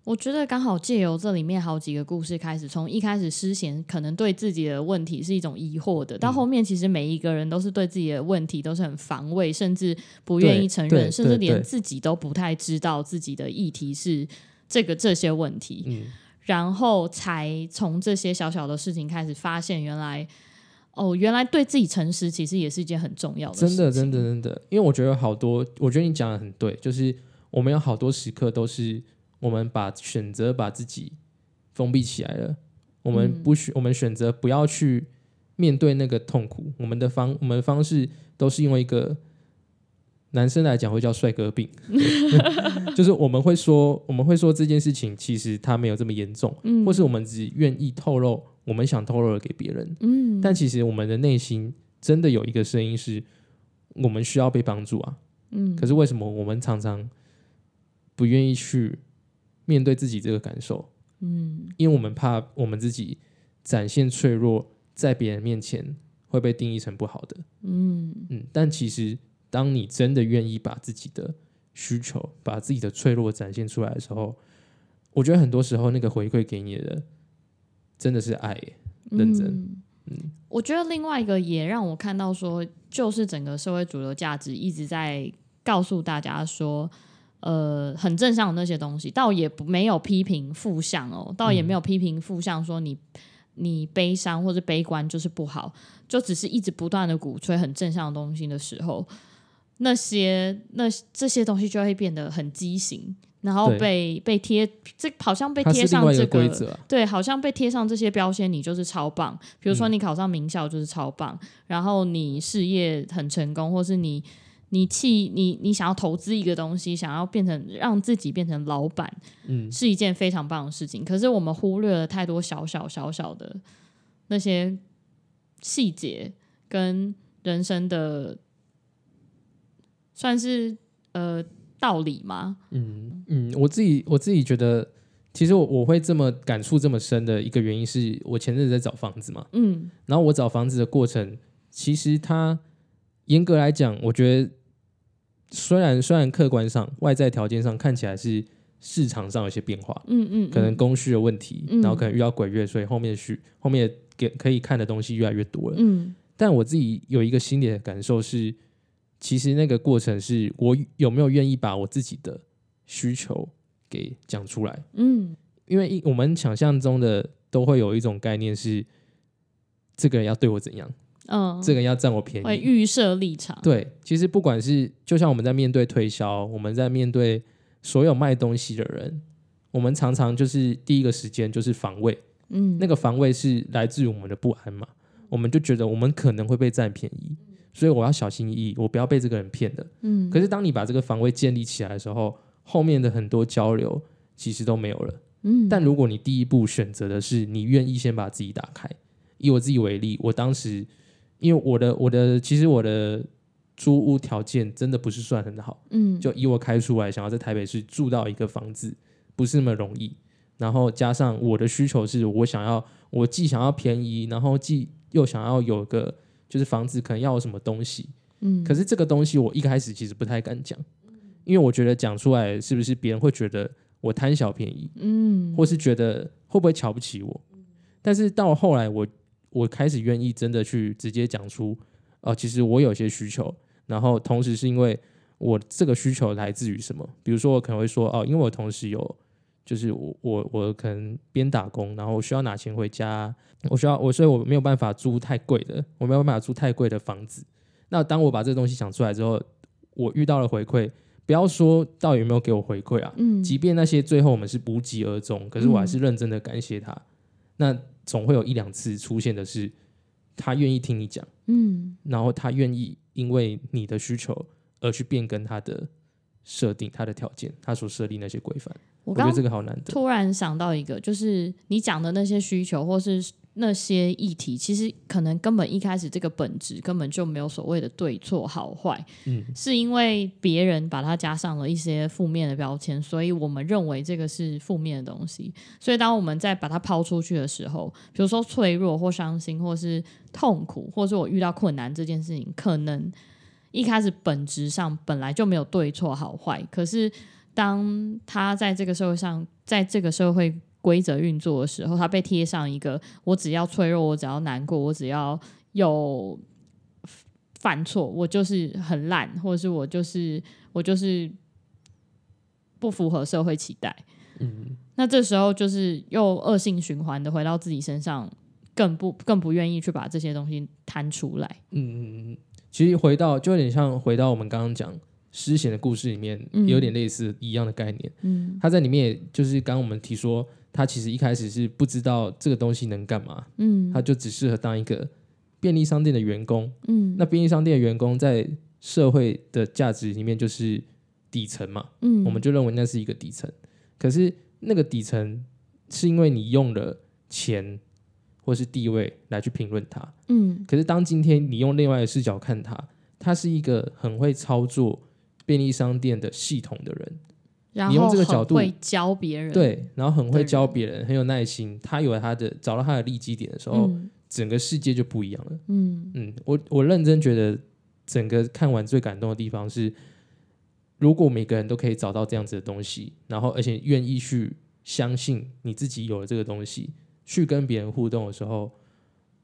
Speaker 1: 我觉得刚好借由这里面好几个故事开始，从一开始诗贤可能对自己的问题是一种疑惑的，
Speaker 2: 嗯
Speaker 1: 到后面其实每一个人都是对自己的问题都是很防卫，甚至不愿意承
Speaker 2: 对对
Speaker 1: 认，甚至
Speaker 2: 对
Speaker 1: 连
Speaker 2: 对
Speaker 1: 自己都不太知道自己的议题是这个这些问题。
Speaker 2: 嗯
Speaker 1: 然后才从这些小小的事情开始发现，原来哦，原来对自己诚实其实也是一件很重要的事
Speaker 2: 真
Speaker 1: 情。
Speaker 2: 的，真的，真的，因为我觉得有好多，我觉得你讲的很对，就是我们有好多时刻都是我们把选择把自己封闭起来了，我
Speaker 1: 嗯
Speaker 2: 们不选，我们选择不要去面对那个痛苦，我们的方，我们的方式都是用一个男生来讲会叫帅哥病， <laughs> 就是我们会说，我们会说这件事情其实它没有这么严重，
Speaker 1: 嗯
Speaker 2: 或是我们只愿意透露我们想透露的给别人，
Speaker 1: 嗯，
Speaker 2: 但其实我们的内心真的有一个声音是，我们需要被帮助啊。
Speaker 1: 嗯
Speaker 2: 可是为什么我们常常不愿意去面对自己这个感受？
Speaker 1: 嗯
Speaker 2: 因为我们怕我们自己展现脆弱，在别人面前会被定义成不好的。
Speaker 1: 嗯
Speaker 2: 嗯，但其实当你真的愿意把自己的需求、把自己的脆弱展现出来的时候，我觉得很多时候那个回馈给你的真的是爱耶、认真
Speaker 1: 嗯我觉得另外一个也让我看到说，就是整个社会主流价值一直在告诉大家说，呃，很正向的那些东西，倒也不没有批评负向哦，倒
Speaker 2: 嗯
Speaker 1: 也没有批评负向说你你悲伤或者悲观就是不好，就只是一直不断的鼓吹很正向的东西的时候，那些那这些东西就会变得很畸形，然后
Speaker 2: 对
Speaker 1: 被被贴这好像被
Speaker 2: 它
Speaker 1: 贴
Speaker 2: 是另
Speaker 1: 上
Speaker 2: 外一
Speaker 1: 这
Speaker 2: 个
Speaker 1: 个
Speaker 2: 规则、啊。
Speaker 1: 对，好像被贴上这些标签，你就是超棒。比如说
Speaker 2: 嗯
Speaker 1: 你考上名校就是超棒，然后你事业很成功，或是你你气你你想要投资一个东西，想要变成让自己变成老板，
Speaker 2: 嗯，
Speaker 1: 是一件非常棒的事情。可是我们忽略了太多小小小小的那些细节跟人生的，算是呃道理吗？
Speaker 2: 嗯嗯，我自己我自己觉得，其实我我会这么感触这么深的一个原因是，我前阵子在找房子嘛，
Speaker 1: 嗯
Speaker 2: 然后我找房子的过程，其实它严格来讲，我觉得虽然虽然客观上外在条件上看起来是市场上有些变化，
Speaker 1: 嗯嗯，
Speaker 2: 可能
Speaker 1: 嗯
Speaker 2: 供需的问题，
Speaker 1: 嗯
Speaker 2: 然后可能遇到鬼月，所以后面需后面给可以看的东西越来越多了。
Speaker 1: 嗯
Speaker 2: 但我自己有一个心里的感受是，其实那个过程是我有没有愿意把我自己的需求给讲出来，
Speaker 1: 嗯
Speaker 2: 因为一我们想象中的都会有一种概念是，这个人要对我怎样，
Speaker 1: 嗯，
Speaker 2: 这个人要占我便
Speaker 1: 会
Speaker 2: 宜。
Speaker 1: 预设立场。
Speaker 2: 对，其实不管是就像我们在面对推销，我们在面对所有卖东西的人，我们常常就是第一个时间就是防卫，
Speaker 1: 嗯，
Speaker 2: 那个防卫是来自于我们的不安嘛，我们就觉得我们可能会被占便宜，所以我要小心翼翼，我不要被这个人骗的。
Speaker 1: 嗯，
Speaker 2: 可是当你把这个防卫建立起来的时候，后面的很多交流其实都没有了。
Speaker 1: 嗯，
Speaker 2: 但如果你第一步选择的是你愿意先把自己打开，以我自己为例，我当时因为我的我的其实我的租屋条件真的不是算很好，
Speaker 1: 嗯
Speaker 2: 就以我开出来想要在台北市住到一个房子，不是那么容易。然后加上我的需求是我想要，我既想要便宜，然后既又想要有个就是房子可能要有什么东西。
Speaker 1: 嗯，
Speaker 2: 可是这个东西我一开始其实不太敢讲，因为我觉得讲出来是不是别人会觉得我贪小便宜，
Speaker 1: 嗯，
Speaker 2: 或是觉得会不会瞧不起我？但是到后来我，我开始愿意真的去直接讲出，呃，其实我有些需求，然后同时是因为我这个需求来自于什么？比如说，我可能会说，哦，因为我同时有，就是我我我可能边打工，然后我需要拿钱回家，我需要我，所以我没有办法租太贵的，我没有办法租太贵的房子。那当我把这个东西讲出来之后，我遇到了回馈，不要说到底有没有给我回馈啊，
Speaker 1: 嗯
Speaker 2: 即便那些最后我们是无疾而终，可是我还是认真的感谢他。那总会有一两次出现的是，他愿意听你讲，
Speaker 1: 嗯
Speaker 2: 然后他愿意因为你的需求而去变更他的设定、他的条件、他所设立那些规范。
Speaker 1: 我
Speaker 2: 我觉
Speaker 1: 刚
Speaker 2: 得这个好难得。
Speaker 1: 突然想到一个，就是你讲的那些需求或是那些议题，其实可能根本一开始这个本质根本就没有所谓的对错好坏，
Speaker 2: 嗯，
Speaker 1: 是因为别人把它加上了一些负面的标签，所以我们认为这个是负面的东西。所以当我们在把它抛出去的时候，比如说脆弱或伤心，或是痛苦，或是我遇到困难这件事情，可能一开始本质上本来就没有对错好坏，可是当他在这个社会上，在这个社会规则运作的时候，他被贴上一个我只要脆弱，我只要难过，我只要有犯错，我就是很烂，或者是我就是我就是不符合社会期待。
Speaker 2: 嗯，
Speaker 1: 那这时候就是又恶性循环的回到自己身上，更不更不愿意去把这些东西摊出来。
Speaker 2: 嗯，嗯嗯，其实回到就有点像回到我们刚刚讲诗贤的故事里面，
Speaker 1: 嗯
Speaker 2: 也有点类似一样的概念。
Speaker 1: 嗯
Speaker 2: 他在里面也就是刚刚我们提说，他其实一开始是不知道这个东西能干嘛，
Speaker 1: 嗯
Speaker 2: 他就只适合当一个便利商店的员工。
Speaker 1: 嗯
Speaker 2: 那便利商店的员工在社会的价值里面就是底层嘛，
Speaker 1: 嗯
Speaker 2: 我们就认为那是一个底层。可是那个底层是因为你用了钱或是地位来去评论它，
Speaker 1: 嗯
Speaker 2: 可是当今天你用另外的视角看他，他是一个很会操作便利商店的系统的人，
Speaker 1: 然
Speaker 2: 你用
Speaker 1: 后
Speaker 2: 这个角
Speaker 1: 很
Speaker 2: 度
Speaker 1: 会教别人，
Speaker 2: 对，然后很会
Speaker 1: 对
Speaker 2: 教别人，很有耐心。他有他的找到他的利基点的时候，
Speaker 1: 嗯
Speaker 2: 整个世界就不一样了。
Speaker 1: 嗯
Speaker 2: 嗯，我我认真觉得，整个看完最感动的地方是，如果每个人都可以找到这样子的东西，然后而且愿意去相信你自己有了这个东西，去跟别人互动的时候，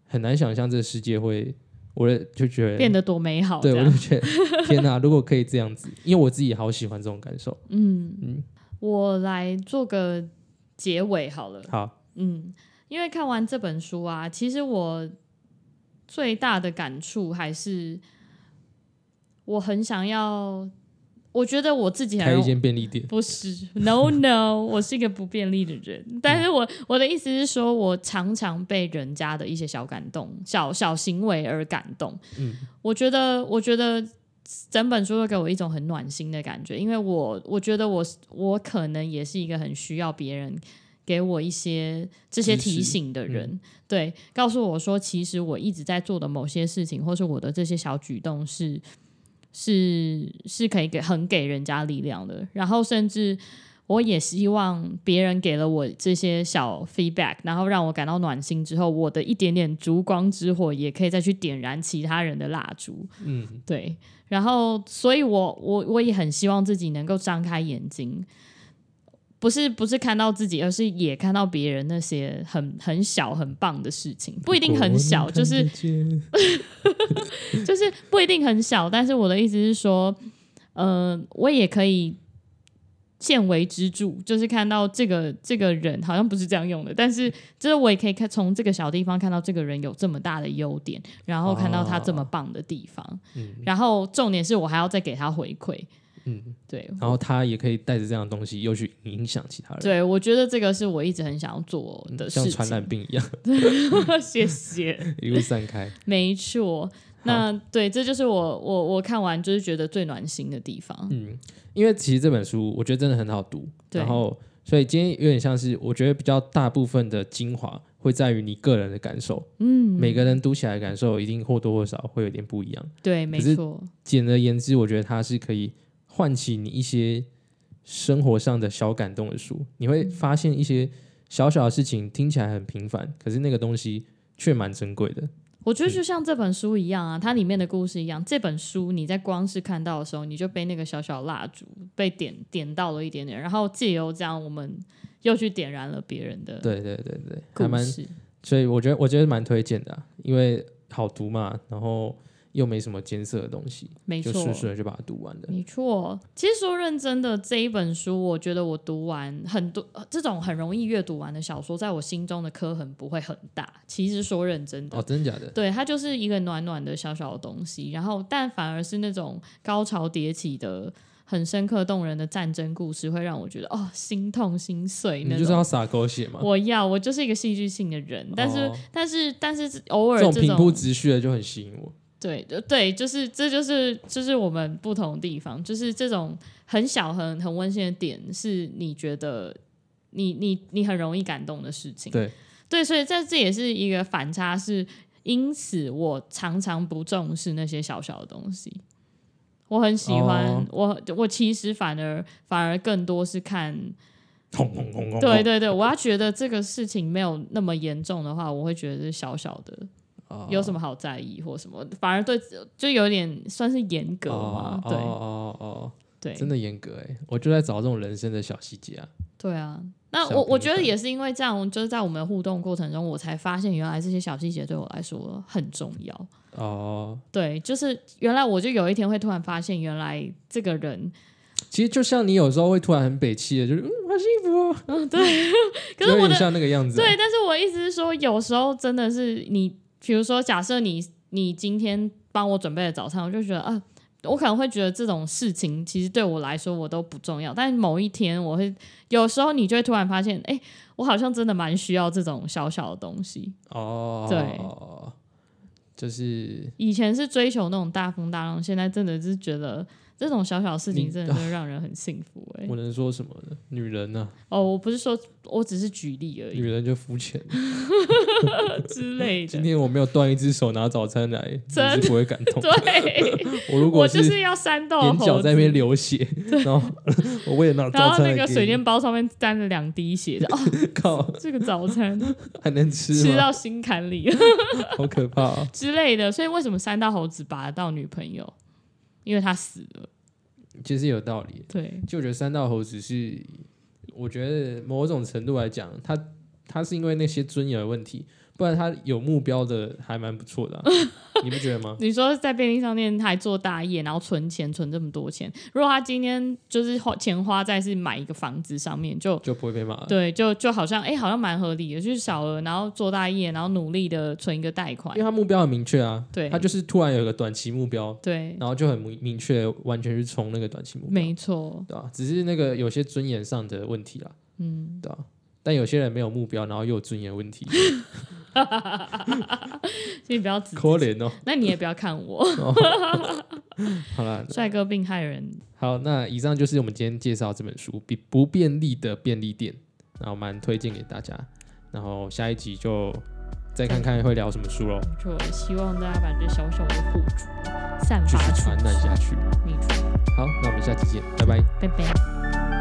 Speaker 2: 很难想象这个世界会，我的就觉得
Speaker 1: 变得多美好，
Speaker 2: 对，
Speaker 1: 这
Speaker 2: 我
Speaker 1: 样
Speaker 2: 就觉得天哪！如果可以这样子，因为我自己好喜欢这种感受。
Speaker 1: 嗯
Speaker 2: 嗯
Speaker 1: 我来做个结尾好了。
Speaker 2: 好，
Speaker 1: 嗯，因为看完这本书啊，其实我最大的感触还是，我很想要，我觉得我自己
Speaker 2: 开一
Speaker 1: 很。
Speaker 2: 间便利店，
Speaker 1: 不是，no no，我
Speaker 2: <laughs>
Speaker 1: 是一个不便利的人。但是我我的意思是说，我常常被人家的一些小感动、小小行为而感动。
Speaker 2: 嗯
Speaker 1: 我觉得，我觉得整本书都给我一种很暖心的感觉，因为我我觉得我我可能也是一个很需要别人给我一些这些
Speaker 2: 支持嗯
Speaker 1: 提醒的人，对，告诉我说，其实我一直在做的某些事情，或是我的这些小举动是。是是可以给很给人家力量的，然后甚至我也希望别人给了我这些小 feedback，然后让我感到暖心之后，我的一点点烛光之火也可以再去点燃其他人的蜡烛。
Speaker 2: 嗯，
Speaker 1: 对，然后所以我我我也很希望自己能够张开眼睛，不是不是看到自己，而是也看到别人那些很很小很棒的事情，不一定很小，就是
Speaker 2: <laughs>
Speaker 1: 就是不一定很小，但是我的意思是说，呃，我也可以见微知著，就是看到这个这个人好像不是这样用的，但是就是我也可以看从这个小地方看到这个人有这么大的优点，然后看到他这么棒的地方，
Speaker 2: 嗯
Speaker 1: 然后重点是我还要再给他回馈，
Speaker 2: 嗯，
Speaker 1: 对。
Speaker 2: 然后他也可以带着这样的东西，又去影响其他人，
Speaker 1: 对，我觉得这个是我一直很想要做
Speaker 2: 嗯
Speaker 1: 的事
Speaker 2: 像
Speaker 1: 情。
Speaker 2: 传染病一样，
Speaker 1: <laughs> 谢谢，
Speaker 2: 一路散开。
Speaker 1: 没错。那对，这就是我我我看完就是觉得最暖心的地方。
Speaker 2: 嗯，因为其实这本书我觉得真的很好读，
Speaker 1: 对
Speaker 2: 然后所以今天有点像是我觉得比较大部分的精华会在于你个人的感受，
Speaker 1: 嗯，
Speaker 2: 每个人读起来的感受一定或多或少会有点不一样。
Speaker 1: 对，没
Speaker 2: 可是
Speaker 1: 错。
Speaker 2: 简而言之，我觉得它是可以唤起你一些生活上的小感动的书。你
Speaker 1: 嗯
Speaker 2: 会发现一些小小的事情听起来很平凡，可是那个东西却蛮珍贵的。
Speaker 1: 我
Speaker 2: 嗯
Speaker 1: 觉得就像这本书一样啊，它里面的故事一样。这本书你在光是看到的时候，你就被那个小小蜡烛被点点到了一点点，然后借由这样，我们又去点燃了别人的
Speaker 2: 对对对对，还
Speaker 1: 故
Speaker 2: 蛮，
Speaker 1: 事。
Speaker 2: 所以我觉得我觉得蛮推荐的啊、因为好读嘛，然后又没什么艰涩的东西，
Speaker 1: 没
Speaker 2: 就
Speaker 1: 错，
Speaker 2: 顺顺的就把它读完了。
Speaker 1: 没错，其实说认真的，这一本书，我觉得我读完很多呃这种很容易阅读完的小说，在我心中的刻痕不会很大。其实说认真的，
Speaker 2: 哦，真的假的？
Speaker 1: 对，它就是一个暖暖的小小的东西，然后但反而是那种高潮迭起的、很深刻动人的战争故事，会让我觉得哦，心痛心碎
Speaker 2: 你
Speaker 1: 那
Speaker 2: 就是
Speaker 1: 种。
Speaker 2: 要撒狗血嘛？
Speaker 1: 我要，我就是一个戏剧性的人，但是、
Speaker 2: 哦
Speaker 1: 但是但是偶尔
Speaker 2: 这
Speaker 1: 这
Speaker 2: 种
Speaker 1: 种
Speaker 2: 平铺直叙的就很吸引我。
Speaker 1: 对呃对，就是这就是就是我们不同的地方，就是这种很小很很温馨的点，是你觉得你你你很容易感动的事情。
Speaker 2: 对
Speaker 1: 对，所以这这也是一个反差，是因此我常常不重视那些小小的东西。我很喜欢、
Speaker 2: 哦
Speaker 1: 我我其实反而反而更多是看，
Speaker 2: 轰轰轰轰！
Speaker 1: 对对对，我要觉得这个事情没有那么严重的话，我会觉得是小小的。
Speaker 2: 哦，
Speaker 1: 有什么好在意或什么，反而对就有点算是严格嘛，
Speaker 2: 哦哦哦哦。
Speaker 1: 对
Speaker 2: 真
Speaker 1: 对
Speaker 2: 的严格哎、我就在找这种人生的小细节啊。
Speaker 1: 对啊。那
Speaker 2: 小
Speaker 1: 我我
Speaker 2: 平
Speaker 1: 觉得
Speaker 2: 凡
Speaker 1: 也是因为这样，就是在我们的互动过程中，我才发现原来这些小细节对我来说很重要。
Speaker 2: 哦，
Speaker 1: 对，就是原来我就有一天会突然发现，原来这个人
Speaker 2: 其实就像你有时候会突然很北气的，就是嗯，好幸福哦，
Speaker 1: 嗯，对。可是
Speaker 2: 有
Speaker 1: 我
Speaker 2: 点
Speaker 1: 的
Speaker 2: 像那个样子啊、
Speaker 1: 对，但是我意思是说，有时候真的是你，比如说，假设你你今天帮我准备了早餐，我就觉得啊。我可能会觉得这种事情其实对我来说我都不重要，但某一天我会，有时候你就会突然发现，哎、我好像真的蛮需要这种小小的东西。
Speaker 2: 哦，
Speaker 1: 对，
Speaker 2: 就是
Speaker 1: 以前是追求那种大风大浪，现在真的是觉得这种小小的事情真的会让人很幸福、哎
Speaker 2: 啊我，能说什么呢？女人啊呢、
Speaker 1: 哦，我不是说，我只是举例而
Speaker 2: 女
Speaker 1: 已
Speaker 2: 人就
Speaker 1: <laughs>
Speaker 2: 肤浅。
Speaker 1: 之类 <laughs>
Speaker 2: 今
Speaker 1: 的。
Speaker 2: 天我没有断一只手拿早餐来，
Speaker 1: 真的
Speaker 2: 你是不会感
Speaker 1: <laughs>
Speaker 2: 动。
Speaker 1: 对，
Speaker 2: 我 <laughs> 如
Speaker 1: 我
Speaker 2: 果
Speaker 1: 就是要煽动
Speaker 2: 眼角
Speaker 1: 猴
Speaker 2: 在那边
Speaker 1: 子 <laughs>
Speaker 2: 流血，然后 <laughs> 我为了拿
Speaker 1: 然
Speaker 2: 早
Speaker 1: 后
Speaker 2: 餐
Speaker 1: 那
Speaker 2: 来
Speaker 1: 个水
Speaker 2: 给
Speaker 1: 煎包上面沾了两滴血，就哦，
Speaker 2: 你， <laughs> 靠，
Speaker 1: 这个早
Speaker 2: <laughs>
Speaker 1: 餐
Speaker 2: 还能吃
Speaker 1: 吃啊
Speaker 2: 吗？
Speaker 1: 到心坎里
Speaker 2: 好可怕、啊！
Speaker 1: 之类的。所以为什么三大猴子拔得到女朋友？因为他死了。
Speaker 2: <laughs> 其实有道理，
Speaker 1: 对，
Speaker 2: 就我觉得三道猴子是，我觉得某种程度来讲，他他是因为那些尊严的问题，不然他有目标的还蛮不错的
Speaker 1: <laughs>
Speaker 2: 啊、你不觉得吗？
Speaker 1: 你说在便利商店还做大业，然后存钱存这么多钱，如果他今天就是花钱花在是买一个房子上面，就
Speaker 2: 就不会被骂了。
Speaker 1: 对，就就好像哎、好像蛮合理的，就是小额，然后做大业，然后努力的存一个贷款
Speaker 2: 因为，他目标很明确啊，
Speaker 1: 对
Speaker 2: 他就是突然有一个短期目标，
Speaker 1: 对，
Speaker 2: 然后就很明明确，完全是冲那个短期目标，
Speaker 1: 没错，
Speaker 2: 对吧、啊只是那个有些尊严上的问题啦，
Speaker 1: 嗯，
Speaker 2: 对吧、啊但有些人没有目标，然后又有尊严
Speaker 1: <laughs>
Speaker 2: 问题，
Speaker 1: 所以不要指，
Speaker 2: 可怜哦。
Speaker 1: 那你也不要看我，
Speaker 2: 好啦，
Speaker 1: 帅哥病害人，
Speaker 2: 好，那以上就是我们今天介绍这本书《比不便利的便利店》，那我蛮推荐给大家。然后下一集就再看看会聊什么书喽，
Speaker 1: 就希望大家把这小小的火烛散
Speaker 2: 继
Speaker 1: 发
Speaker 2: 续
Speaker 1: 出
Speaker 2: 传染下去。
Speaker 1: 去。没错，
Speaker 2: 好，那我们下期见，拜拜。
Speaker 1: 拜拜。